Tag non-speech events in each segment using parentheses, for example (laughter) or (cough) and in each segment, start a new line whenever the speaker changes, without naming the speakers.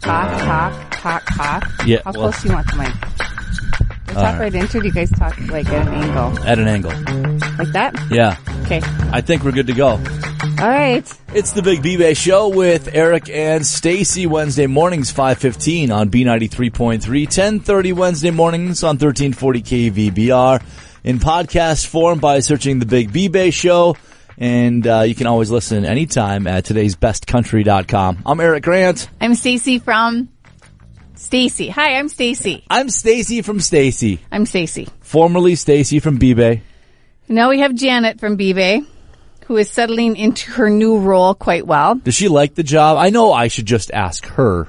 talk, talk, talk?
Yeah,
How
well- uh,
close do you want the mic? Do you talk
Alright.
right into it? Do you guys talk like at an angle?
at an angle.
Like that?
Yeah,
Okay.
I think we're good to go.
All right.
It's the Big B-Bay Show with Eric and Stacy Wednesday mornings 5:15 on B93.3, 10:30 Wednesday mornings on 1340 KVBR in podcast form by searching the Big B-Bay Show and uh, you can always listen anytime at today'sbestcountry.com. I'm Eric Grant.
I'm Stacy from Stacy. Hi, I'm Stacy.
I'm Stacy from Stacy,
I'm Stacy.
formerly Stacy from B-Bay.
Now we have Janet from B-Bay, who is settling into her new role quite well.
Does she like the job? I know I should just ask her.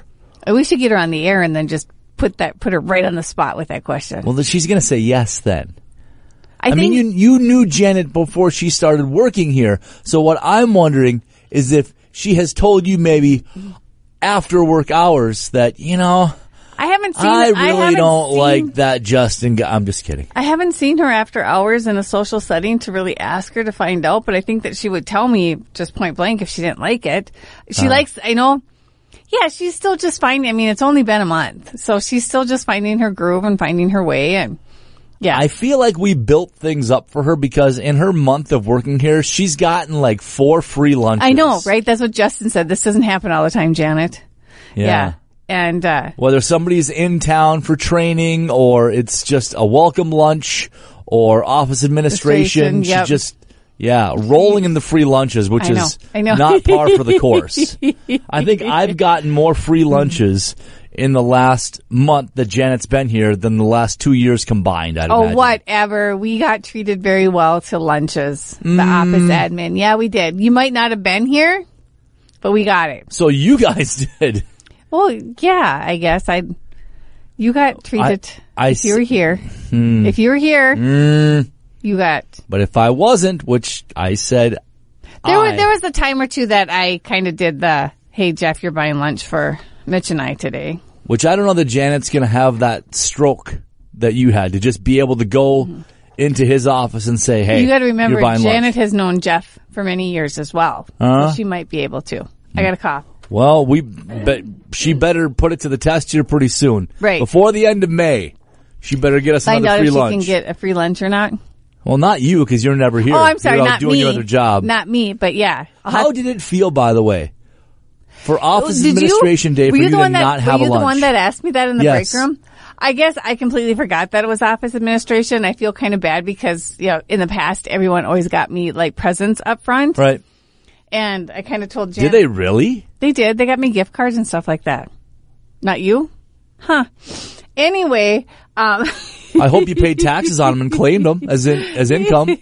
We should get her on the air and then just put that put her right on the spot with that question.
Well, then she's going to say yes then.
I,
I
think
mean, you you knew Janet before she started working here. So what I'm wondering is if she has told you maybe after work hours that you know
I haven't seen.
I really
haven't
don't
seen-
like that Justin. Guy. I'm just kidding.
I haven't seen her after hours in a social setting to really ask her to find out, but I think that she would tell me just point blank if she didn't like it.
Uh.
She likes, I know, yeah, she's still just finding, I mean, it's only been a month, so she's still just finding her groove and finding her way. And yeah,
I feel like we built things up for her because in her month of working here, she's gotten like four free lunches.
I know, right? That's what Justin said. This doesn't happen all the time, Janet.
Yeah.
And, uh,
Whether somebody's in town for training or it's just a welcome lunch or office administration,
Administration, yep.
she just yeah, rolling in the free lunches, which
I know,
is
I know.
not par for
(laughs)
the course. I think I've gotten more free lunches in the last month that Janet's been here than the last two years combined. I'd
Oh,
imagine.
whatever. We got treated very well to lunches, the office
Mm.
admin. Yeah, we did. You might not have been here, but we got it.
So you guys (laughs) did.
Well, yeah, I guess I. You got treated.
I hmm.
if you were here, if you were here, you got.
But if I wasn't, which I said
There
I-
was there was a time or two that I kind of did the. Hey Jeff, you're buying lunch for Mitch and I today.
which I don't know that Janet's going to have that stroke that you had to just be able to go into his office and say, "Hey,
Mm-hmm. you got to remember,
you're buying
Janet
lunch.
has known Jeff for many years as well.
Uh-huh.
So she might be able to.
Hmm.
I got a cough.
Well, we bet she better put it to the test here pretty soon,
Right.
Before the end of May, she better get us
Find
another
out
free
if
lunch.
she can get a free lunch or not.
well, not you because you're never here.
Oh, I'm sorry,
you're out
not
doing
me.
your other job.
Not me, but yeah. I'll have
How did it feel, by the way, for office
Oh, Did you-
administration day
were
for you,
the
to
one that,
not have
were you
a lunch?
the one that asked me that in the
Yes.
break room? I guess I completely forgot that it was office administration. I feel kind of bad because, you know, in the past, everyone always got me like presents up front.
right?
And I kind of told Jan.
Did they really?
They did. They got me gift cards and stuff like that. Not you? Huh. Anyway, um, (laughs)
I hope you paid taxes on them and claimed them as in, as
(laughs)
income.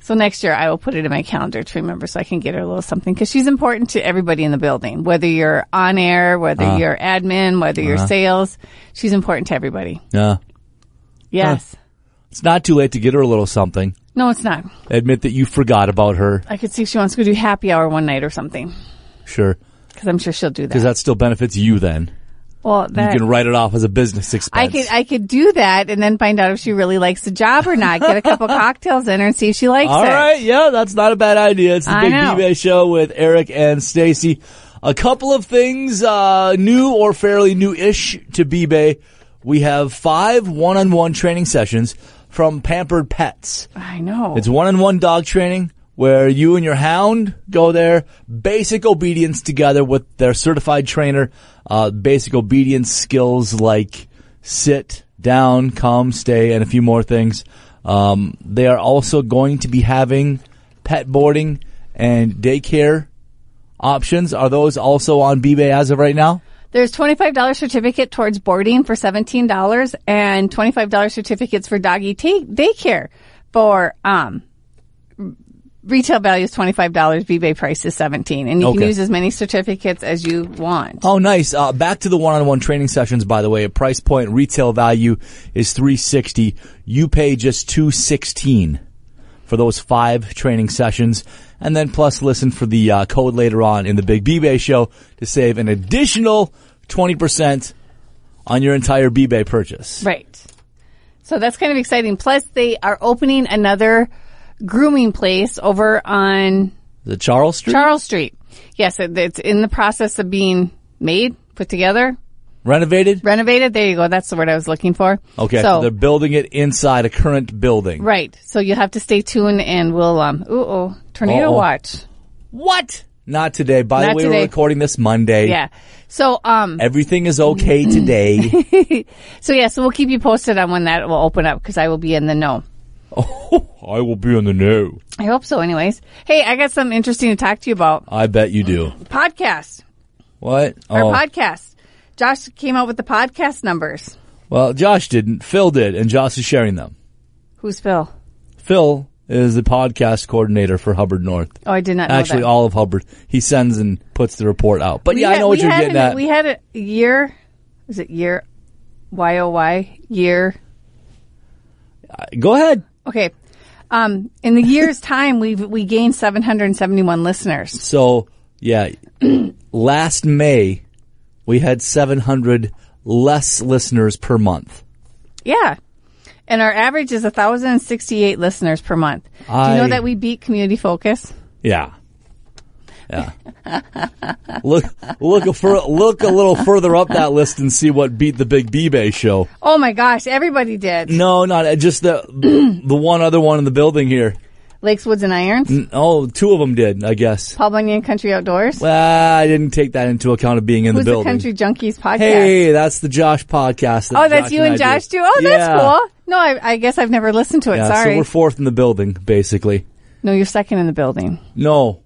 so next year I will put it in my calendar to remember so I can get her a little something because she's important to everybody in the building, whether you're on air, whether
Uh-huh.
you're admin, whether you're sales. She's important to everybody.
Yeah.
Yes.
It's not too late to get her a little something.
No, it's not.
admit that you forgot about her.
I could see if she wants to go do happy hour one night or something
Sure.
because I'm sure she'll do that.
Because that still benefits you then.
well, that,
You can write it off as a business
I
expense.
could I could do that and then find out if she really likes the job or not. Get a
(laughs)
couple cocktails in her and see if she likes
All
it.
right. Yeah, that's not a bad idea. It's the
I
Big
know.
B-Bay Show with Eric and Stacy. A couple of things, uh, new or fairly new-ish to B-Bay. We have five one-on-one training sessions from Pampered Pets.
I know.
It's one on one dog training where you and your hound go there, basic obedience together with their certified trainer, uh, basic obedience skills like sit, down, come, stay, and a few more things. Um, they are also going to be having pet boarding and daycare options. Are those also on B-Bay as of right now?
There's $25 certificate towards boarding for $17 and $25 certificates for doggy take daycare for um retail value is $25, b-bay price is 17 and you
Okay.
can use as many certificates as you want.
Oh, nice. Uh, back to the one-on-one training sessions, by the way. A price point retail value is 360. You pay just 216 for those five training sessions. And then plus listen for the uh, code later on in the Big B-Bay show to save an additional 20% on your entire B-Bay purchase.
Right. So that's kind of exciting. Plus, they are opening another grooming place over on
The Charles Street?
Charles Street. Yes, it- it's in the process of being made, put together,
Renovated?
renovated. There you go. That's the word I was looking for.
Okay, so
So
they're building it inside a current building.
right. So you'll have to stay tuned, and we'll um. Ooh, oh, tornado
Uh-oh.
watch.
What? Not today. By the
Not
way, we're
today.
recording this Monday.
Yeah. So um.
Everything is okay today.
(laughs) So yeah. So we'll keep you posted on when that will open up because I will be in the know.
I will be on the know.
I hope so. Anyways, hey, I got something interesting to talk to you about.
I bet you do.
Podcast.
What?
Our
oh.
podcast. Josh came out with the podcast numbers.
Well, Josh didn't. Phil did, and Josh is sharing them.
Who's Phil?
Phil is the podcast coordinator for Hubbard North.
Oh, I did not know
Actually,
that.
all of Hubbard. He sends and puts the report out. But
We
yeah, I
had-
know what
we
you're
had
getting
an-
at.
We had a year. Is it year? Y O Y year.
Uh, Go ahead.
Okay. Um, in the
(laughs)
year's time, we've we gained 771 listeners.
So yeah, (clears throat) last May we had 700 less listeners per month.
Yeah. And our average is 1,068 listeners per month. Do
I-
you know that we beat Community Focus?
Yeah.
(laughs)
Yeah. look, look a fur, look a little further up that list and see what beat the Big B-Bay show.
Oh my gosh, everybody did.
No, not uh, just the (clears throat) the one other one in the building here.
Lakes, Woods, and Irons,
Oh, two of them did, I guess.
Paul Bunyan Country Outdoors.
Well, I didn't take that into account of being in
Who's
the
the
building.
Country Junkies podcast?
Hey, that's the Josh podcast. that
oh, that's
Josh
you and
I
Josh too. Oh, that's
Yeah.
cool. No, I, I guess I've never listened to it.
Yeah,
Sorry.
so we're fourth in the building, basically.
no, you're second in the building.
No,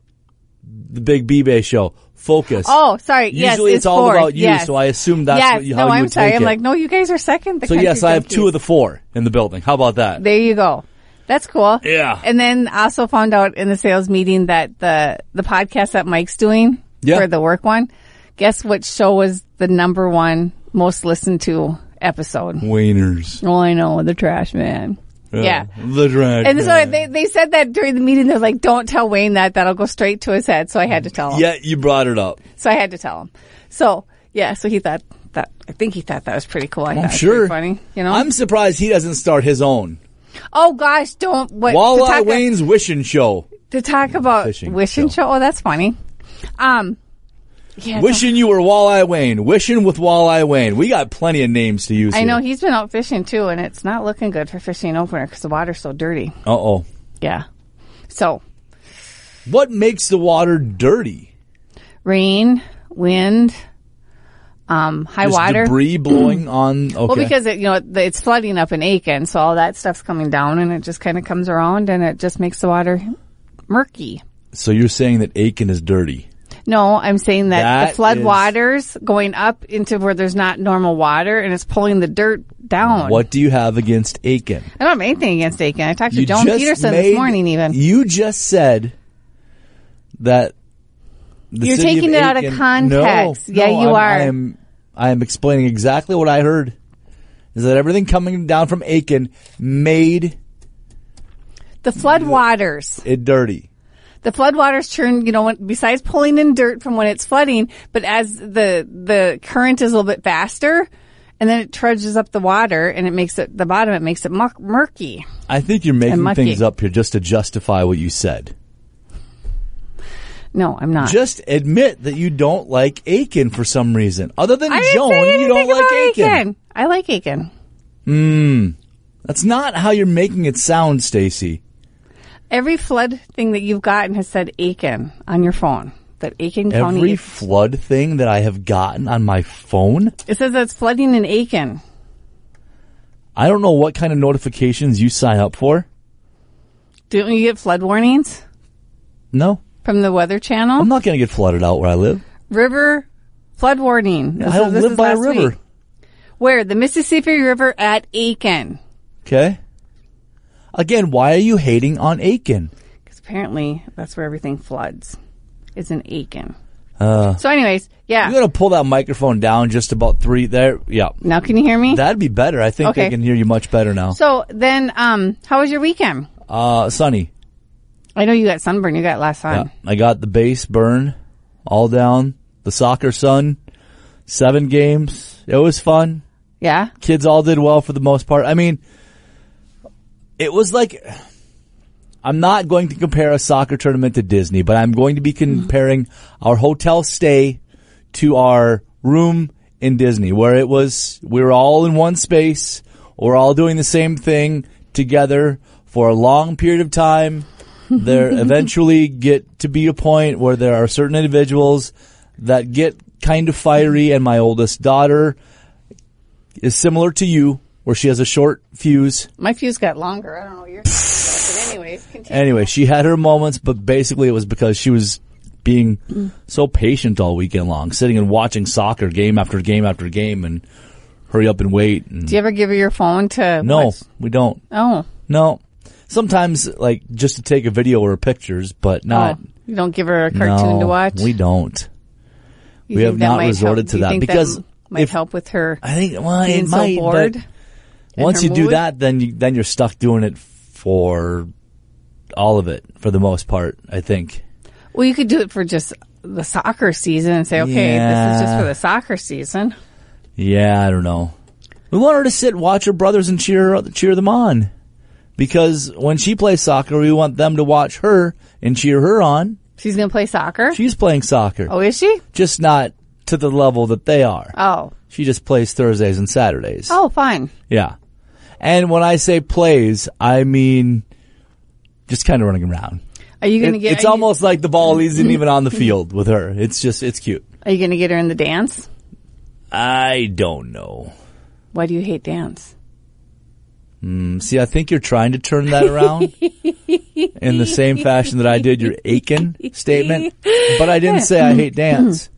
the Big B-Bay show. Focus.
Oh, sorry. yes,
Usually it's all
fourth.
about you,
Yes.
so I assume that's
yes.
what you-
no,
how you
I'm
would
sorry.
take
I'm
it.
like, no, you guys are second. The
So
Country
yes, I have two
Junkies.
of the four in the building. How about that?
There you go. That's cool.
Yeah.
And then also found out in the sales meeting that the the podcast that Mike's doing
Yeah.
for the work one. Guess what show was the number one most listened to
Hmm.
episode?
Wieners.
Oh, I know the Trash Man. Yeah.
The drag.
And so they, they said that during the meeting, they're like, don't tell Wayne that, that'll go straight to his head. So I had to tell him.
yeah, you brought it up.
So I had to tell him. So yeah, so he thought that, I think he thought that was pretty cool. I thought it was
sure.
pretty funny, you know?
I'm surprised he doesn't start his own.
oh gosh, don't, what, to
Walleye
talk-
Wayne's Wishing Show.
to talk about
Fishing
wishing
show.
show. Oh, that's funny. Um, yeah,
Wishing you were Walleye Wayne. Wishing with Walleye Wayne. We got plenty of names to use
I know he's been out fishing too, and it's not looking good for fishing opener because the water's so dirty.
Uh oh.
Yeah, so
What makes the water dirty?
rain, wind, um, high
Just
water.
debris blowing on. Okay.
Well, because it, you know the- it's flooding up in Aiken, so all that stuff's coming down, and it just kind of comes around, and it just makes the water murky.
so you're saying that Aiken is dirty.
No, I'm saying that,
That
the flood
is-
waters going up into where there's not normal water, and it's pulling the dirt down.
What do you have against Aiken?
I don't have anything against Aiken. I talked to
You
Joan
just
Peterson
made- e-,
this morning even.
You just said that the
You're
city of
taking it out of
Aiken-
context.
No,
Yeah,
no,
you
I'm-
are.
I am I am explaining exactly what I heard. Is that everything coming down from Aiken made
The flood waters.
it dirty?
The flood waters turn, you know, when, besides pulling in dirt from when it's flooding, but as the the current is a little bit faster, and then it trudges up the water and it makes it the bottom it makes it muck, murky.
I think you're making
mucky.
things up here just to justify what you said.
No, I'm not.
Just admit that you don't like Aiken for some reason. Other than
I didn't
Joan,
say
you don't
anything
like
about
Aiken.
I like Aiken.
That's not how you're making it sound, Stacy.
Every flood thing that you've gotten has said Aiken on your phone. That Aiken
Every
County.
flood thing that I have gotten on my phone,
it says that's flooding in Aiken.
I don't know what kind of notifications you sign up for.
Don't you get flood warnings?
No,
from the Weather Channel.
I'm not going to get flooded out where I live.
river flood warning. This
I
is-
don't
this
live
is
by a
last
river.
week. Where the Mississippi River at Aiken,
Okay. Again, why are you hating on Aiken?
because apparently that's where everything floods. Is in Aiken.
Uh.
so, anyways, yeah.
You're going to pull that microphone down just about three there. Yeah.
Now, can you hear me?
That'd be better. I think I
Okay.
can hear you much better now.
so then, um, how was your weekend?
Uh, Sunny,
I know you got sunburn. You got last time.
I got the base burn all down, the soccer sun, seven games. It was fun.
Yeah.
kids all did well for the most part. I mean, it was like I'm not going to compare a soccer tournament to Disney, but I'm going to be comparing our hotel stay to our room in Disney where it was we were all in one space, we're all doing the same thing together for a long period of time. There eventually get to be a point where there are certain individuals that get kind of fiery, and my oldest daughter is similar to you, where she has a short fuse.
My fuse got longer. I don't know what you're talking about, but
(laughs)
anyways, continue.
Anyway, she had her moments, but basically it was because she was being so patient all weekend long, sitting and watching soccer game after game after game and hurry up and wait. And
Do you ever give her your phone to?
no,
watch-
we don't.
Oh.
No. Sometimes, like, just to take a video or pictures, but not.
oh. You don't give her a cartoon
no,
to watch.
We don't.
You
we
think
have
that
not
might
resorted
help-
to
you
that
think
because
m- might
if-
help with her
I think, well,
being
it
so
might,
bored.
but
and
once
her
you do
mood.
that, then you, then you're stuck doing it for all of it, for the most part, I think.
Well, you could do it for just the soccer season and say, okay, this is just
Yeah.
for the soccer season.
Yeah, I don't know. We want her to sit, watch her brothers, and cheer cheer them on, because when she plays soccer, we want them to watch her and cheer her on.
She's going to play soccer.
She's playing soccer,
oh, is she?
just not to the level that they are.
Oh.
She just plays Thursdays and Saturdays.
Oh, fine.
Yeah, and when I say plays, I mean just kind of running around.
Are you going to
It-
get?
it's
are you-
almost like the ball isn't even on the field with her. It's just it's cute.
Are you going to get her in the dance?
I don't know.
Why do you hate dance?
See, I think you're trying to turn that around in the same fashion that I did your Aiken statement, but I didn't say I hate dance.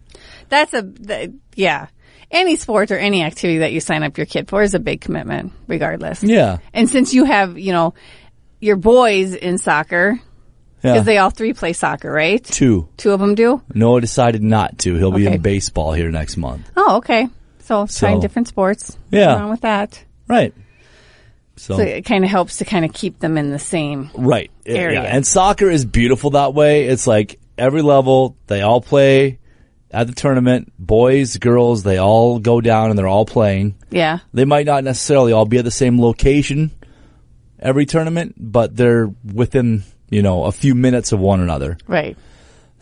That's a th- yeah. Any sport or any activity that you sign up your kid for is a big commitment, regardless.
Yeah.
And since you have, you know, your boys in soccer
yeah.
because they all three play soccer, right?
Two.
Two of them do.
Noah decided not to. He'll be
Okay.
in baseball here next month.
Oh, okay. So, trying
So-
different sports.
Yeah.
Nothing wrong with that.
Right. So,
So it kind of helps to kind of keep them in the same.
right. Yeah,
area.
Yeah. And soccer is beautiful that way. It's like every level, they all play at the tournament. Boys, girls, they all go down and they're all playing.
Yeah.
They might not necessarily all be at the same location every tournament, but they're within, you know, a few minutes of one another.
Right.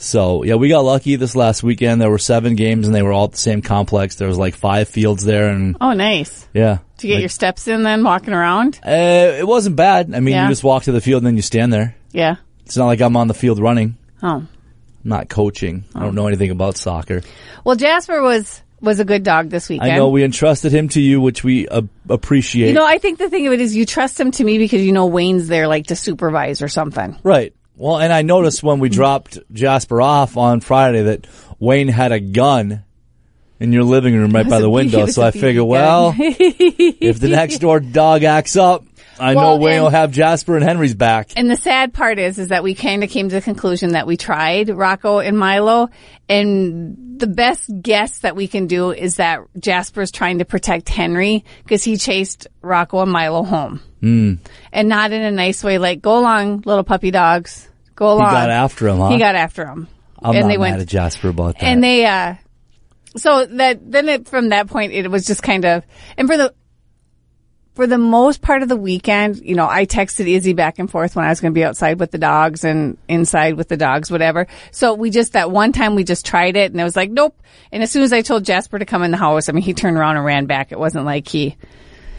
So, yeah, we got lucky this last weekend. There were seven games and they were all at the same complex. There was like five fields there and
Oh, nice.
yeah.
To get
Like,
your steps in then walking around.
uh, it wasn't bad. I mean,
Yeah.
you just walk to the field and then you stand there.
Yeah.
It's not like I'm on the field running.
Oh.
I'm not coaching. I don't know anything about soccer.
Well, Jasper was was a good dog this weekend.
I know we entrusted him to you, which we uh, appreciate.
You know, I think the thing of it is you trust him to me because you know Wayne's there like to supervise or something.
Right. Well, and I noticed when we dropped Jasper off on Friday that Wayne had a gun in your living room right by
a
the
B- it
window.
was
So
a
I
BB
figure,
gun. (laughs)
well, if the next door dog acts up, I
Well,
know Wayne
and-
will have Jasper and Henry's back.
And the sad part is, is that we kind of came to the conclusion that we tried Rocco and Milo, and the best guess that we can do is that Jasper's trying to protect Henry because he chased Rocco and Milo home, mm. and not in a nice way, like "Go along, little puppy dogs, go along."
got after him, huh?
He got after him,
I'm
and
not
they
mad
went
at Jasper about that.
and they uh so that then it from that point it was just kind of and for the for the most part of the weekend you know i texted izzy back and forth when i was going to be outside with the dogs and inside with the dogs whatever so we just that one time we just tried it and it was like nope and as soon as i told jasper to come in the house i mean he turned around and ran back it wasn't like he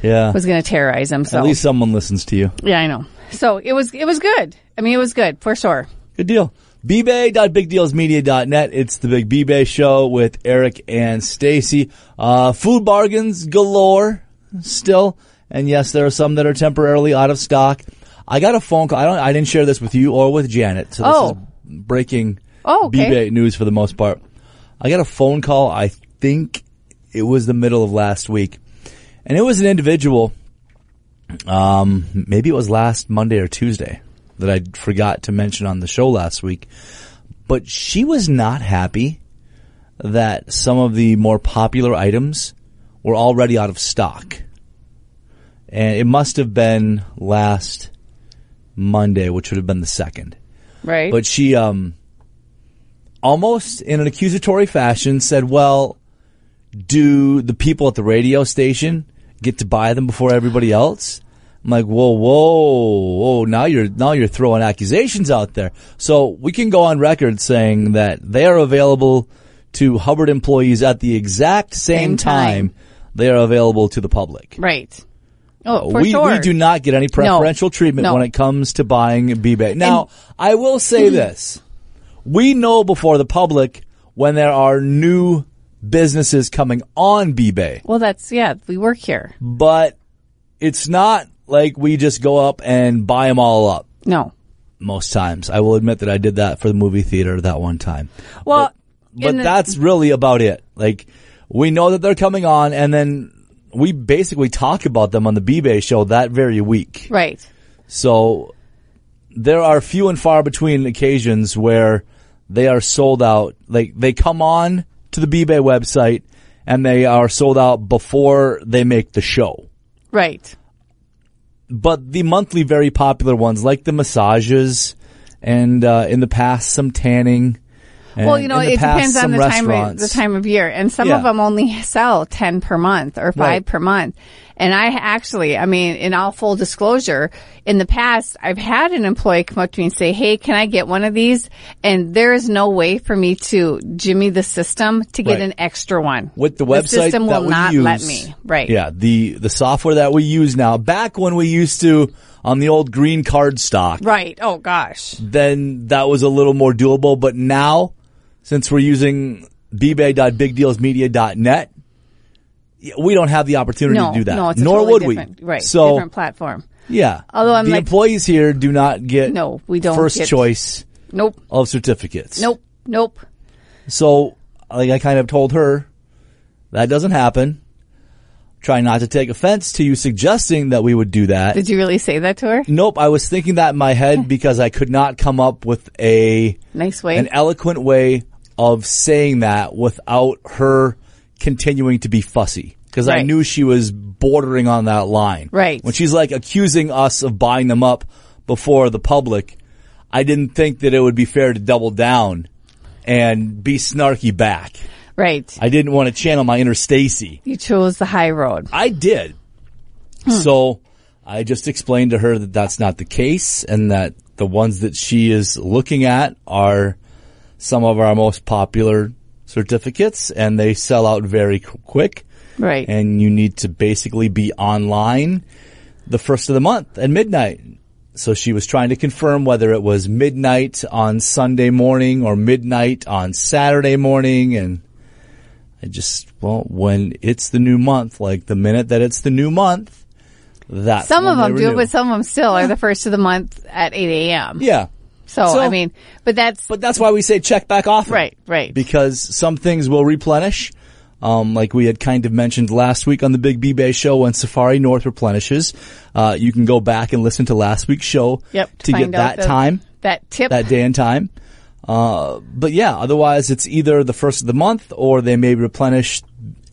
yeah.
was going to terrorize him so
At least someone listens to you.
yeah i know so it was it was good i mean it was good for sure
Good deal. bbay.bigdealsmedia.net. It's the Big bbay Show with Eric and Stacy. Uh, food bargains galore still. And yes, there are some that are temporarily out of stock. I got a phone call. I don't, I didn't share this with you or with Janet. So this
Oh.
is breaking
Oh, okay.
bbay news for the most part. I got a phone call. I think it was the middle of last week and it was an individual. Um, maybe it was last Monday or Tuesday that I forgot to mention on the show last week, but she was not happy that some of the more popular items were already out of stock. And it must have been last Monday, which would have been the second.
right
But she, um, almost in an accusatory fashion said, well, do the people at the radio station get to buy them before everybody else? I'm like, whoa, whoa, whoa, now you're, now you're throwing accusations out there. So we can go on record saying that they are available to Hubbard employees at the exact same,
Same
time.
time.
they are available to the public.
Right. Oh, for
Uh, we,
sure.
we do not get any preferential treatment
No. Mm-hmm.
when it comes to buying B-Bay. Now, I will say this. We know before the public when there are new businesses coming on B-Bay,
Well, that's, yeah, we work here.
but it's not like we just go up and buy them all up
No.
most times. I will admit that I did that for the movie theater that one time.
Well,
But
in the-
that's really about it. Like we know that they're coming on and then we basically talk about them on the B-Bay show that very week.
right.
So there are few and far between occasions where they are sold out. Like they come on to the B-Bay website and they are sold out before they make the show.
Right.
But the monthly very popular ones like the massages and uh, in the past some tanning. and
Well, you know,
in the
it
past,
depends on
some
the time of,
restaurants.
the time of year, and some
Yeah.
of them only sell ten per month or five
Right.
per month. And I actually, I mean, in all full disclosure, in the past, I've had an employee come up to me and say, "Hey, can I get one of these?" And there is no way for me to jimmy the system to get
Right.
an extra one
with the website
system
that
will
we
not
use,
let me. Right.
Yeah, the the software that we use now. Back when we used to on the old green card stock,
Right. Oh gosh.
then that was a little more doable. But now, since we're using bbay.bigdealsmedia.net, yeah, we don't have the opportunity
No.
to do that.
No. It's a
Nor
totally
would
different,
we.
Right.
So
different platform.
yeah.
Although I'm
the
like-
employees here do not get
No, we don't
first
get-
choice
Nope.
of certificates.
Nope. Nope.
So, like I kind of told her, that doesn't happen. Try not to take offense to you suggesting that we would do that.
Did you really say that to her?
nope, I was thinking that in my head because I could not come up with a
Nice way.
an eloquent way of saying that without her continuing to be fussy. Because I
Right.
knew she was bordering on that line.
Right.
When she's like accusing us of buying them up before the public, I didn't think that it would be fair to double down and be snarky back.
right.
I didn't want to channel my inner Stacy.
You chose the high road.
I did. So I just explained to her that that's not the case and that the ones that she is looking at are some of our most popular certificates and they sell out very qu- quick
Right.
and you need to basically be online the first of the month at midnight. So she was trying to confirm whether it was midnight on Sunday morning or midnight on Saturday morning. And I just, well, when it's the new month, like the minute that it's the new month, that's
some
when
of
they
them do
renew.
it, but some of them still are the first of the month at 8 a.m.
yeah.
So,
So-
I mean, but that's
But that's why we say check back often.
right, right.
because some things will replenish. Um, like we had kind of mentioned last week on the Big B-Bay show when Safari North replenishes, uh, you can go back and listen to last week's show
yep.
to get
find out
that
the-
time,
that tip.
that day and time. Uh, but yeah, otherwise it's either the first of the month or they may replenish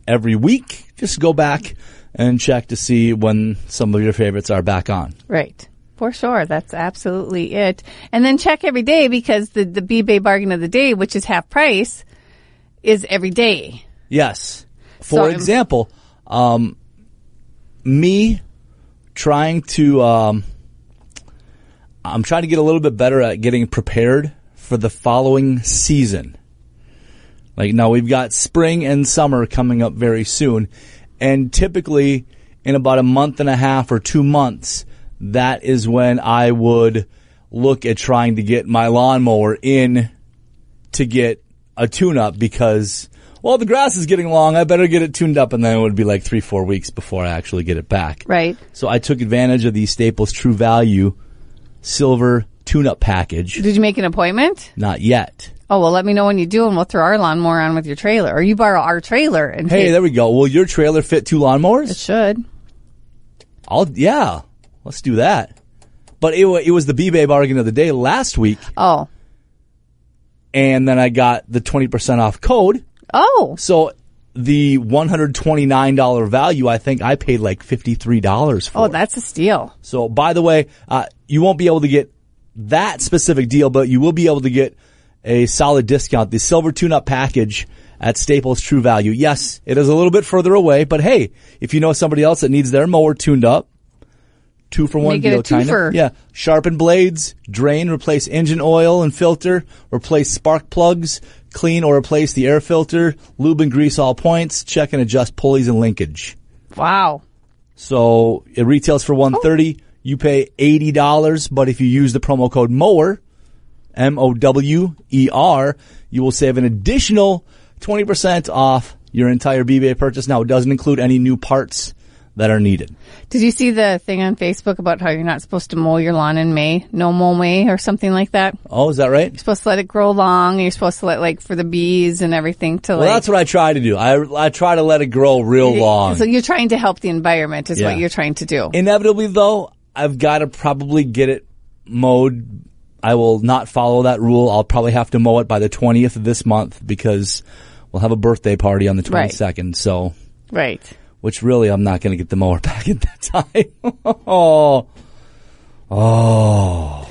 every week. Just go back and check to see when some of your favorites are back on.
Right. For sure. That's absolutely it. And then check every day because the, the B-Bay bargain of the day, which is half price, is every day.
Yes.
So
For
I'm-
example, um, me trying to, um, I'm trying to get a little bit better at getting prepared for the following season. Like now we've got spring and summer coming up very soon. And typically in about a month and a half or two months, that is when I would look at trying to get my lawnmower in to get a tune up because, well, the grass is getting long. I better get it tuned up. And then it would be like three, four weeks before I actually get it back.
Right.
So I took advantage of the Staples True Value Silver Tune Up Package.
Did you make an appointment?
Not yet.
Oh, well, let me know when you do and we'll throw our lawnmower on with your trailer or you borrow our trailer and
Hey,
take-
there we go. Will your trailer fit two lawnmowers?
it should.
I'll yeah, let's do that. But it, wa- it was the B-Bay bargain of the day last week,
Oh.
and then I got the 20% off code.
Oh.
So the $129 value, I think I paid like $53 for.
Oh, that's a steal.
So by the way, uh, you won't be able to get that specific deal, but you will be able to get a solid discount, the silver tune-up package at Staples True Value. Yes, it is a little bit further away, but hey, if you know somebody else that needs their mower tuned up, two for one
Make it a
deal kind of.
twofer.
Yeah, sharpen blades, drain, replace engine oil and filter, replace spark plugs, Clean or replace the air filter. Lube and grease all points. Check and adjust pulleys and linkage.
Wow.
So it retails for one thirty. You pay eighty dollars, but if you use the promo code Mower, M O W E R, you will save an additional twenty percent off your entire BBA purchase. Now it doesn't include any new parts that are needed.
Did you see the thing on Facebook about how you're not supposed to mow your lawn in May? No mow May or something like that? You're
Oh, is that right?
supposed to let it grow long. and You're supposed to let like for the bees and everything to
Well,
like.
that's what I try to do. I, I try to let it grow real long.
So you're trying to help the environment is
Yeah.
what you're trying to do.
Inevitably, though, I've got to probably get it mowed. I will not follow that rule. I'll probably have to mow it by the 20th of this month because we'll have a birthday party on the
Right.
22nd. So,
right.
which really, I'm not going to get the mower (laughs) back in that time. (laughs) oh. Oh.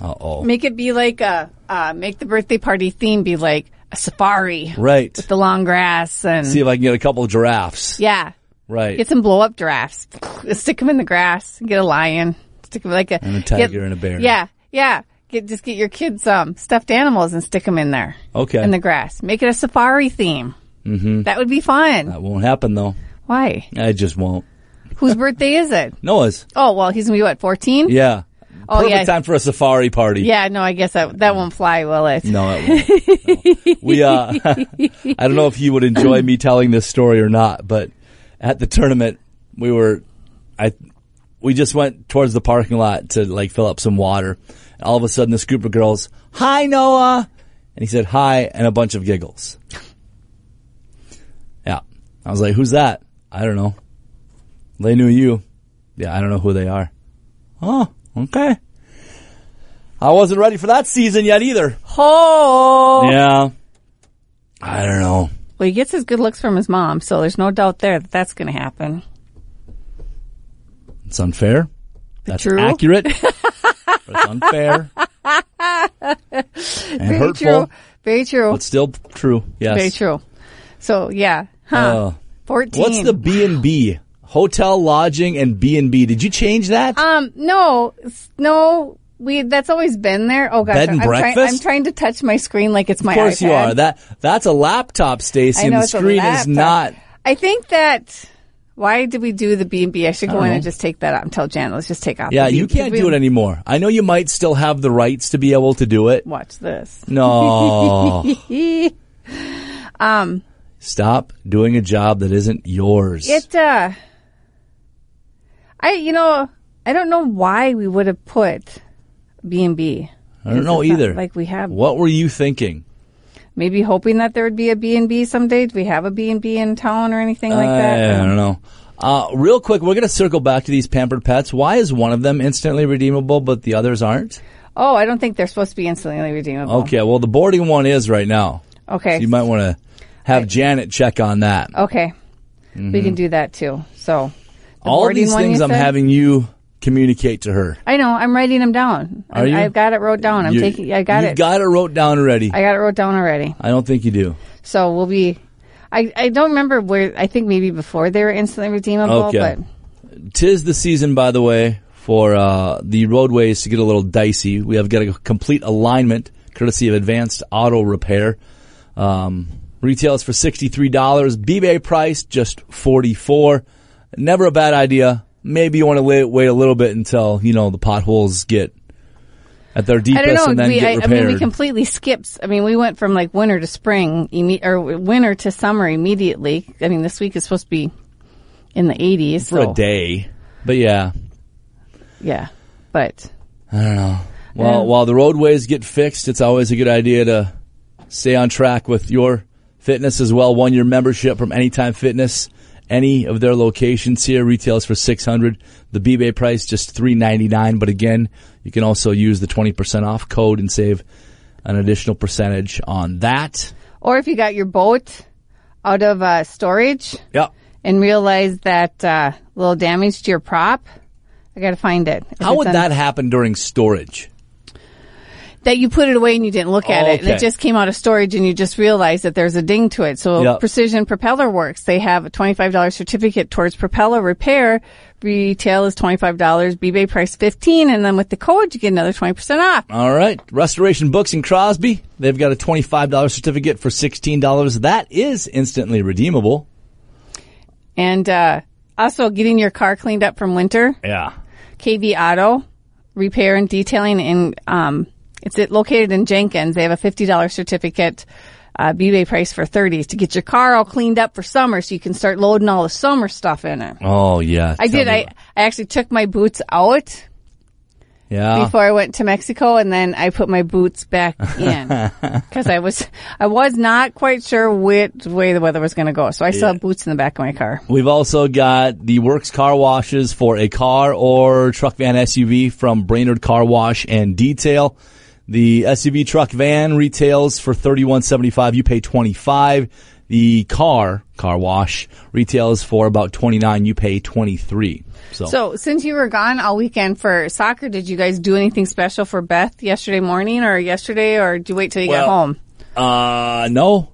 Uh oh.
Make it be like a, uh, make the birthday party theme be like a safari.
Right.
With the long grass and
See if I can get a couple of giraffes.
yeah.
Right.
Get some blow up drafts. (laughs) Stick them in the grass. Get a lion. Stick 'em like a,
And a tiger and a bear.
Yeah, yeah. Get just get your kids um stuffed animals and stick them in there
okay.
in the grass. Make it a safari theme. Mm-hmm. That would be fun.
that won't happen, though.
Why?
I just won't.
Whose birthday is it?
Noah's.
Oh well, he's gonna be what fourteen?
Yeah.
Oh,
Perfect
yeah.
time for a safari party.
Yeah, no, I guess that that won't fly, will it?
No, it won't. No. we. Uh, (laughs) I don't know if you would enjoy me telling this story or not, but at the tournament, we were, I, we just went towards the parking lot to like fill up some water. And all of a sudden, this group of girls, "Hi, Noah," and he said, "Hi," and a bunch of giggles. Yeah, I was like, "Who's that?" I don't know. They knew you. Yeah, I don't know who they are. Oh, okay. I wasn't ready for that season yet either.
Oh.
Yeah. I don't know.
Well, he gets his good looks from his mom, so there's no doubt there that that's gonna happen.
It's unfair. That's
True. (laughs)
accurate. but it's unfair. and
Very
hurtful.
true. Very true.
But still true. Yes.
Very true. So yeah, huh?
Uh,
Fourteen.
what's the B and B? Hotel lodging and B and B. Did you change that?
Um, no, s- no, we. That's always been there. Oh gosh,
Bed and
I'm, trying-
breakfast?
I'm trying to touch my screen like it's my.
of course you
iPad.
are. That that's a laptop, Stacy,
I
and
know
the
it's a
screen is
laptop.
not.
I think that. Why did we do the B and B? I should go
don't
in
know.
and just take that out and tell Jan. Let's just take off.
Yeah,
the B-
you can't
we-
do it anymore. I know you might still have the rights to be able to do it.
Watch
(laughs)
this.
No.
(laughs) It
Stop doing a job that isn't yours.
uh, I you know I don't know why we would have put B and B.
I don't know
It's not
either.
Like we have
What were you thinking?
maybe hoping that there would be a B and B someday. Do we have a B and B in town or anything like that?
I don't know. Uh, real quick, we're going to circle back to these pampered pets. Why is one of them instantly redeemable, but the others aren't?
Oh, I don't think they're supposed to be instantly redeemable.
Okay, well, the boarding one is right now.
Okay.
You might want to have Janet check on that.
okay. We can do that too. So the
mm-hmm. All of
boarding
these
one you
things I'm
said?
having you communicate to her.
I know. I'm writing them down.
Are you?
I, have got it wrote down. I'm
You-
taking. I got
you've
it.
got it wrote down already. I,
I got it wrote down already.
don't think you do.
So we'll be. I, I don't remember where. I think maybe before they were instantly redeemable,
Okay.
but
Tis the season, by the way, for uh, the roadways to get a little dicey. We have got a complete alignment, courtesy of Advanced Auto Repair. Um, retails for sixty-three dollars. B-Bay price just forty-four. Never a bad idea. Maybe you want to wait, wait a little bit until you know the potholes get at their
I
deepest,
don't
and
know.
then
We,
get
I, I
repaired.
mean, we completely skipped. I mean, we went from like winter to spring, imme- or winter to summer immediately. I mean, this week is supposed to be in the 80s.
for
so-
a day, but yeah.
Yeah, but
Well, while the roadways get fixed, it's always a good idea to stay on track with your fitness as well. One year membership from Anytime Fitness. Any of their locations here retails for six hundred. The B-Bay price just three ninety nine. But again, you can also use the twenty percent off code and save an additional percentage on that.
or if you got your boat out of uh, storage
Yep.
and realized that uh, little damage to your prop, I got to find it. If
How
it's
would
on-
that happen during storage?
that you put it away and you didn't look at it, and
Okay.
it just came out of storage, and you just realized that there's a ding to it. So
Yep.
Precision Propeller Works they have a twenty five dollars certificate towards propeller repair. Retail is twenty five dollars, eBay price fifteen, and then with the code you get another twenty percent off.
All right. Restoration Books in Crosby. They've got a $25 certificate for $16. That is instantly redeemable.
And uh, also getting your car cleaned up from winter.
Yeah.
KV Auto Repair and Detailing in um, it's it, located in Jenkins. They have a fifty dollars certificate. Uh, eBay price for thirty to get your car all cleaned up for summer, so you can start loading all the summer stuff in it.
Oh, yeah.
I did. I, I actually took my boots out
yeah.
before I went to Mexico, and then I put my boots back in because I was I was not quite sure which way the weather was going to go. So I still have boots in the back of my car.
We've also got the Works car washes for a car or truck van SUV from Brainerd Car Wash and Detail. The SUV truck van retails for thirty-one seventy-five. You pay twenty-five. The car car wash retails for about twenty-nine. You pay twenty-three. So,
So, since you were gone all weekend for soccer, did you guys do anything special for Beth yesterday morning or yesterday, or did you wait till you
Well-
got home?
uh, no,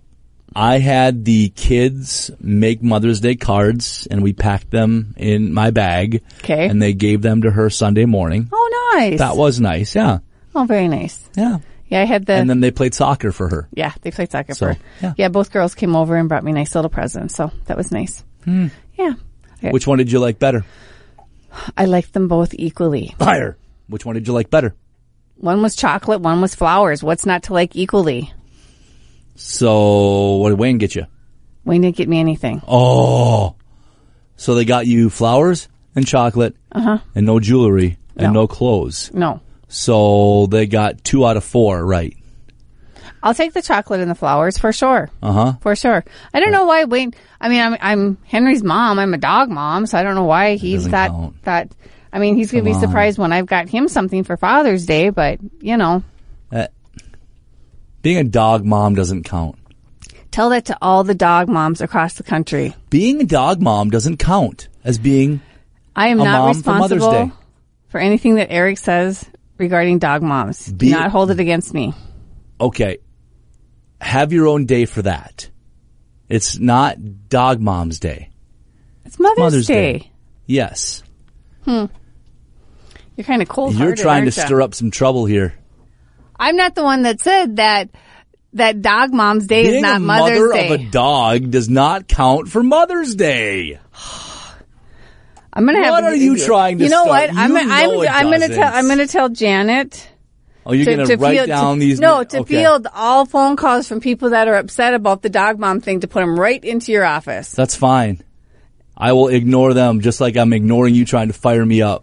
I had the kids make Mother's Day cards, and we packed them in my bag.
Okay.
and they gave them to her Sunday morning.
Oh, nice.
That was nice. Yeah,
oh, very nice.
yeah.
Yeah, I had the.
and then they played soccer for her.
yeah, they played soccer
So,
for.
yeah.
Yeah. both girls came over and brought me nice little presents, so that was nice.
Hmm.
Yeah, I,
Which one did you like better?
I liked them both equally.
Liar. Which one did you like better?
One was chocolate, one was flowers. What's not to like equally?
So what did Wayne get you?
Wayne didn't get me anything.
Oh, so they got you flowers and chocolate, and no jewelry and
Uh-huh. No.
no clothes.
No,
So they got two out of four right.
I'll take the chocolate and the flowers for sure.
Uh huh.
For sure. I don't know why Wayne. I mean, I'm I'm Henry's mom. I'm a dog mom, so I don't know why he's
doesn't
that
count.
that. I mean, he's going to
Come
be
on.
surprised when I've got him something for Father's Day, but you know,
Uh, Being a dog mom doesn't count.
tell that to all the dog moms across the country.
Being a dog mom doesn't count as being.
I am
A
not
mom for Mother's
responsible
Day.
for anything that Eric says regarding dog moms.
Be-
Do not hold it against me.
okay, have your own day for that. It's not Dog Mom's Day.
It's Mother's,
Mother's
Day.
Day. Yes.
You're kind of cold.
You're trying to stir up some trouble here.
I'm not the one that said that that dog mom's day is
Being
not
a
Mother's
mother
Day.
of a dog does not count for Mother's Day.
I'm gonna have.
What
to-
are you trying to
You know
start?
what? I'm.
You
gonna- I'm.
know it
I'm gonna
doesn't.
tell. I'm gonna tell Janet
Oh, you're
to,
going
to
to write
field,
down
to,
these.
No, to
okay.
field all phone calls from people that are upset about the dog mom thing to put them right into your office.
That's fine. I will ignore them just like I'm ignoring you trying to fire me up.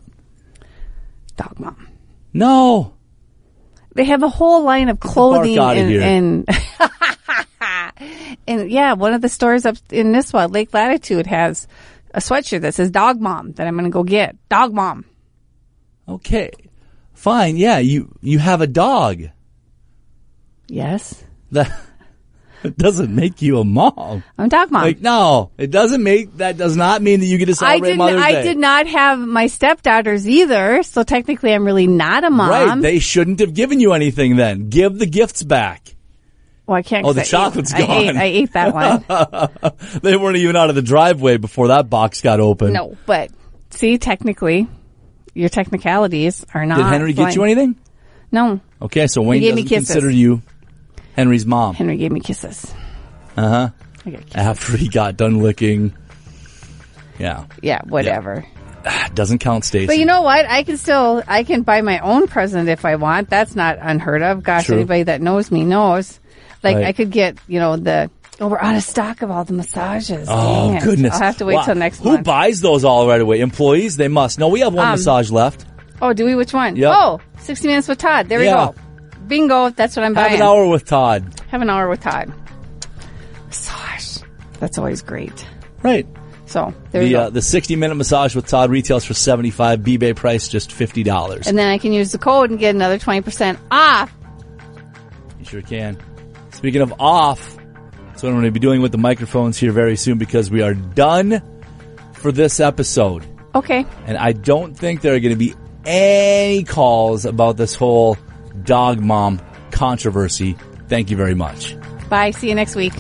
Dog mom.
No.
They have a whole line of clothing
outta
and.
here.
and (laughs) And yeah, one of the stores up in Nisswa, Lake Latitude, has a sweatshirt that says "Dog Mom" that I'm going to go get. Dog Mom.
Okay. Fine. Yeah, you you have a dog.
Yes,
That (laughs) it doesn't make you a mom.
I'm Dog Mom.
Like no, it doesn't make that does not mean that you get to
I
celebrate
didn't.
Mother's
I
Day.
did not have my stepdaughters either, so technically, I'm really not a mom.
Right? They shouldn't have given you anything then. Give the gifts back. (laughs)
well, I can't.
Oh,
'cause
the
I ate-
chocolate's
I ate,
gone.
I ate that
(laughs)
one.
They weren't even out of the driveway before that box got open.
no, but see, technically, your technicalities are not.
Did Henry get
Uh-huh, fine.
you anything?
No,
Okay, so Wayne
gave me
doesn't
kisses.
consider you Henry's mom
Henry gave me kisses.
Uh-huh.
I got kiss-
after he got done licking. Yeah,
Yeah, whatever.
that doesn't count, Stacy.
But you know what? I can still I can buy my own present if I want. That's not unheard of. Gosh,
True.
anybody that knows me knows. Like
Right.
I could get you know the. Oh, we're out of stock of all the massages.
oh
Dang it.
goodness!
I'll have to wait
Wow.
till next
Who
month.
buys those all right away? Employees? They must. No, we have one
Um,
massage left.
Oh, do we? Which one?
Yep.
Oh, 60 Minutes with Todd. There
Yeah.
we go. Bingo. That's what I'm
Have
buying.
an hour with Todd.
Have an hour with Todd. Massage. That's always great.
Right.
So there you
The
go.
uh, the sixty minute massage with Todd retails for seventy five. BBay price just fifty dollars.
and then I can use the code and get another 20% off.
You sure can. Speaking of off, that's what I'm going to be doing with the microphones here very soon because we are done for this episode,
Okay.
and I don't think there are going to be any calls about this whole dog mom controversy. Thank you very much.
Bye. See you next week.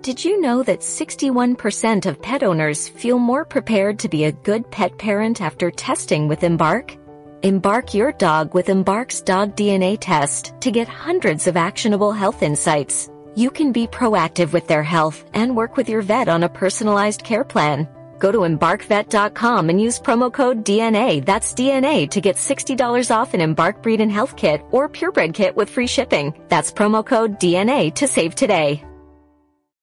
Did you know that 61% of pet owners feel more prepared to be a good pet parent after testing with Embark? Embark your dog with Embark's dog DNA test to get hundreds of actionable health insights. You can be proactive with their health and work with your vet on a personalized care plan. Go to embarkvet.com and use promo code DNA, that's DNA, to get $60 off an Embark Breed and Health Kit or Purebred Kit with free shipping. That's promo code DNA to save today.